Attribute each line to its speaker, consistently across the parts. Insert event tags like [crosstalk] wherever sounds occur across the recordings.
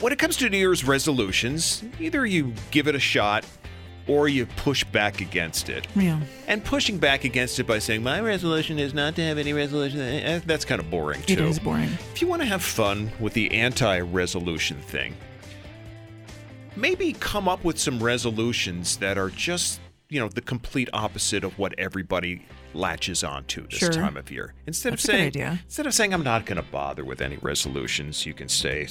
Speaker 1: when it comes to New Year's resolutions, either you give it a shot or you push back against it.
Speaker 2: Yeah.
Speaker 1: And pushing back against it by saying, my resolution is not to have any resolution, eh, eh, that's kind of boring too.
Speaker 2: It is boring.
Speaker 1: [laughs] If you want to have fun with the anti resolution thing, maybe come up with some resolutions that are just, you know, the complete opposite of what everybody latches onto this
Speaker 2: Sure.
Speaker 1: time of year. Instead
Speaker 2: That's
Speaker 1: of
Speaker 2: a good
Speaker 1: saying
Speaker 2: idea.
Speaker 1: instead of saying I'm not going to bother with any resolutions, you can say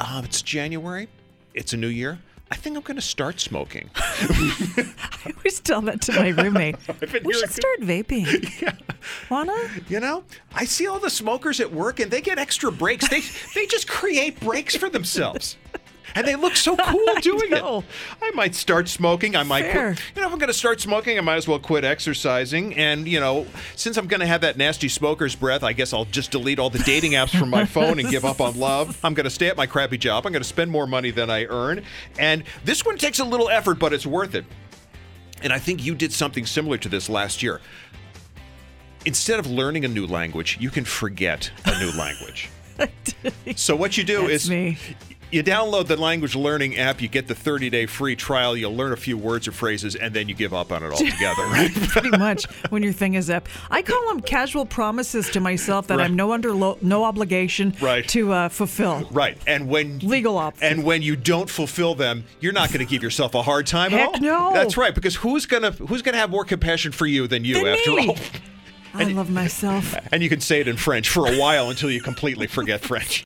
Speaker 1: um, it's January, it's a new year. I think I'm going to start smoking. [laughs]
Speaker 2: I always tell that to my roommate.
Speaker 1: been hearing
Speaker 2: we should
Speaker 1: [laughs]
Speaker 2: start vaping. Wanna?
Speaker 1: You know, I see all the smokers at work and they get extra breaks. They they just create breaks for themselves. And they look
Speaker 2: [laughs]
Speaker 1: so cool doing
Speaker 2: know.
Speaker 1: it. I might start smoking. I might
Speaker 2: Fair.
Speaker 1: quit. You know, if I'm going to start smoking, I might as well quit exercising. And, you know, since I'm going to have that nasty smoker's breath, I guess I'll just delete all the dating apps from
Speaker 2: [laughs]
Speaker 1: my phone and give up on love. I'm going to stay at my crappy job. I'm going to spend more money than I earn. And this one takes a little effort, but it's worth it. And I think you did something similar to this last year. Instead of learning a new language, you can forget a
Speaker 2: [laughs]
Speaker 1: new language. so what you do
Speaker 2: That's
Speaker 1: is
Speaker 2: me.
Speaker 1: you download the language learning app, you get the 30-day free trial, you learn a few words or phrases and then you give up on it altogether,
Speaker 2: [laughs]
Speaker 1: [laughs] right?
Speaker 2: Pretty much when your thing is up. I call them casual promises to myself that
Speaker 1: Right.
Speaker 2: I'm no under lo- no obligation
Speaker 1: Right.
Speaker 2: to uh, fulfill.
Speaker 1: Right. And when
Speaker 2: Legal option.
Speaker 1: And when you don't fulfill them, you're not going to give yourself a hard time
Speaker 2: Heck
Speaker 1: at all.
Speaker 2: no.
Speaker 1: That's right, because who's going to who's going to have more compassion for you than you
Speaker 2: Than
Speaker 1: after
Speaker 2: me.
Speaker 1: all? [laughs]
Speaker 2: I love myself.
Speaker 1: And you can say it in French for a while until you completely forget French.